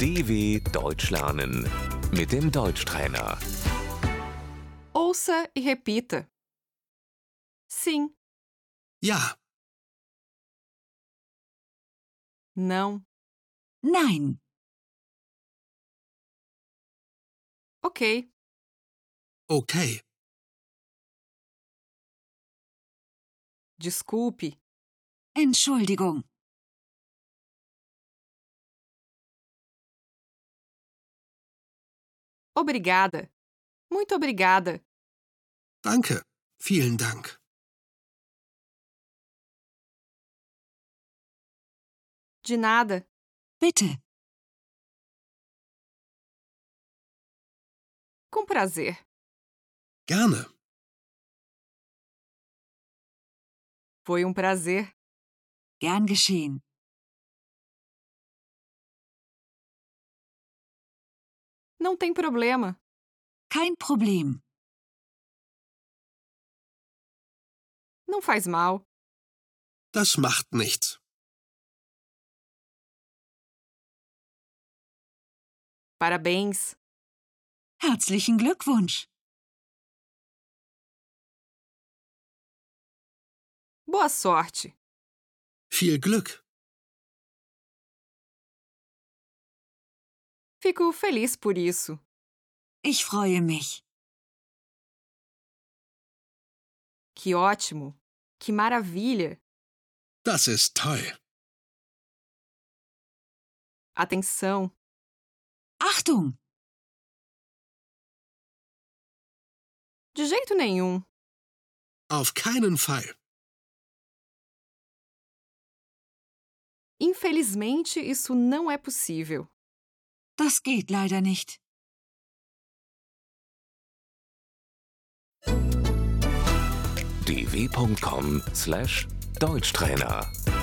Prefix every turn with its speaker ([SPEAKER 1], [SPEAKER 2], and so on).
[SPEAKER 1] DW Deutsch lernen mit dem Deutschtrainer.
[SPEAKER 2] Ouça e repita. Sim,
[SPEAKER 3] Ja,
[SPEAKER 2] não,
[SPEAKER 4] Nein,
[SPEAKER 2] ok,
[SPEAKER 3] okay,
[SPEAKER 2] desculpe,
[SPEAKER 4] Entschuldigung,
[SPEAKER 2] obrigada. Muito obrigada.
[SPEAKER 3] danke, vielen Dank.
[SPEAKER 2] De nada.
[SPEAKER 4] bitte,
[SPEAKER 2] Com prazer.
[SPEAKER 3] Gerne,
[SPEAKER 2] Foi um prazer.
[SPEAKER 4] gern geschehen.
[SPEAKER 2] Não tem problema.
[SPEAKER 4] Kein Problem,
[SPEAKER 2] Não faz mal.
[SPEAKER 3] das macht nichts.
[SPEAKER 2] Parabéns.
[SPEAKER 4] herzlichen Glückwunsch.
[SPEAKER 2] Boa sorte.
[SPEAKER 3] Viel Glück.
[SPEAKER 2] Fico feliz por isso.
[SPEAKER 4] Ich freue mich.
[SPEAKER 2] Que ótimo. Que maravilha.
[SPEAKER 3] Das ist toll.
[SPEAKER 2] Atenção.
[SPEAKER 4] Achtung,
[SPEAKER 2] De jeito nenhum.
[SPEAKER 3] Auf keinen Fall.
[SPEAKER 2] Infelizmente, isso não é possível.
[SPEAKER 4] das geht leider nicht.
[SPEAKER 1] dw.com/deutschtrainer